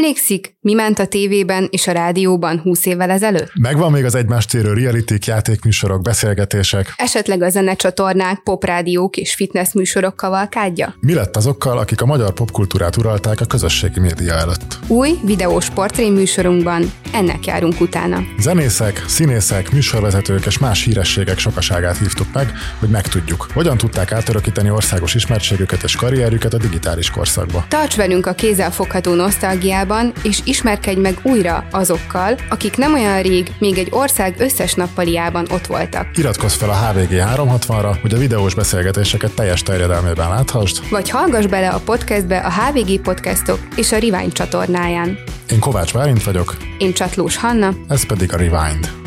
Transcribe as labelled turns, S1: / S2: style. S1: Emlékszik, mi ment a tévében és a rádióban 20 évvel ezelőtt?
S2: Megvan még az egymást térő realitik, játékműsorok, beszélgetések.
S1: Esetleg a zenecsatornák, poprádiók és fitness műsorok kavalkádja?
S2: Mi lett azokkal, akik a magyar popkultúrát uralták a közösségi média előtt?
S1: Új videós portré műsorunkban ennek járunk utána.
S2: Zenészek, színészek, műsorvezetők és más hírességek sokaságát hívtuk meg, hogy megtudjuk, hogyan tudták átörökíteni országos ismertségüket és karrierjüket a digitális korszakba.
S1: Tarts velünk a kézzelfogható nosztalgiában, és ismerkedj meg újra azokkal, akik nem olyan rég még egy ország összes nappaliában ott voltak.
S2: Iratkozz fel a HVG 360-ra, hogy a videós beszélgetéseket teljes terjedelmében láthassd.
S1: Vagy hallgass bele a podcastbe a HVG Podcastok és a Rewind csatornáján.
S2: Én Kovács Bálint vagyok,
S1: Én Csatlós Hanna,
S2: ez pedig a Rewind.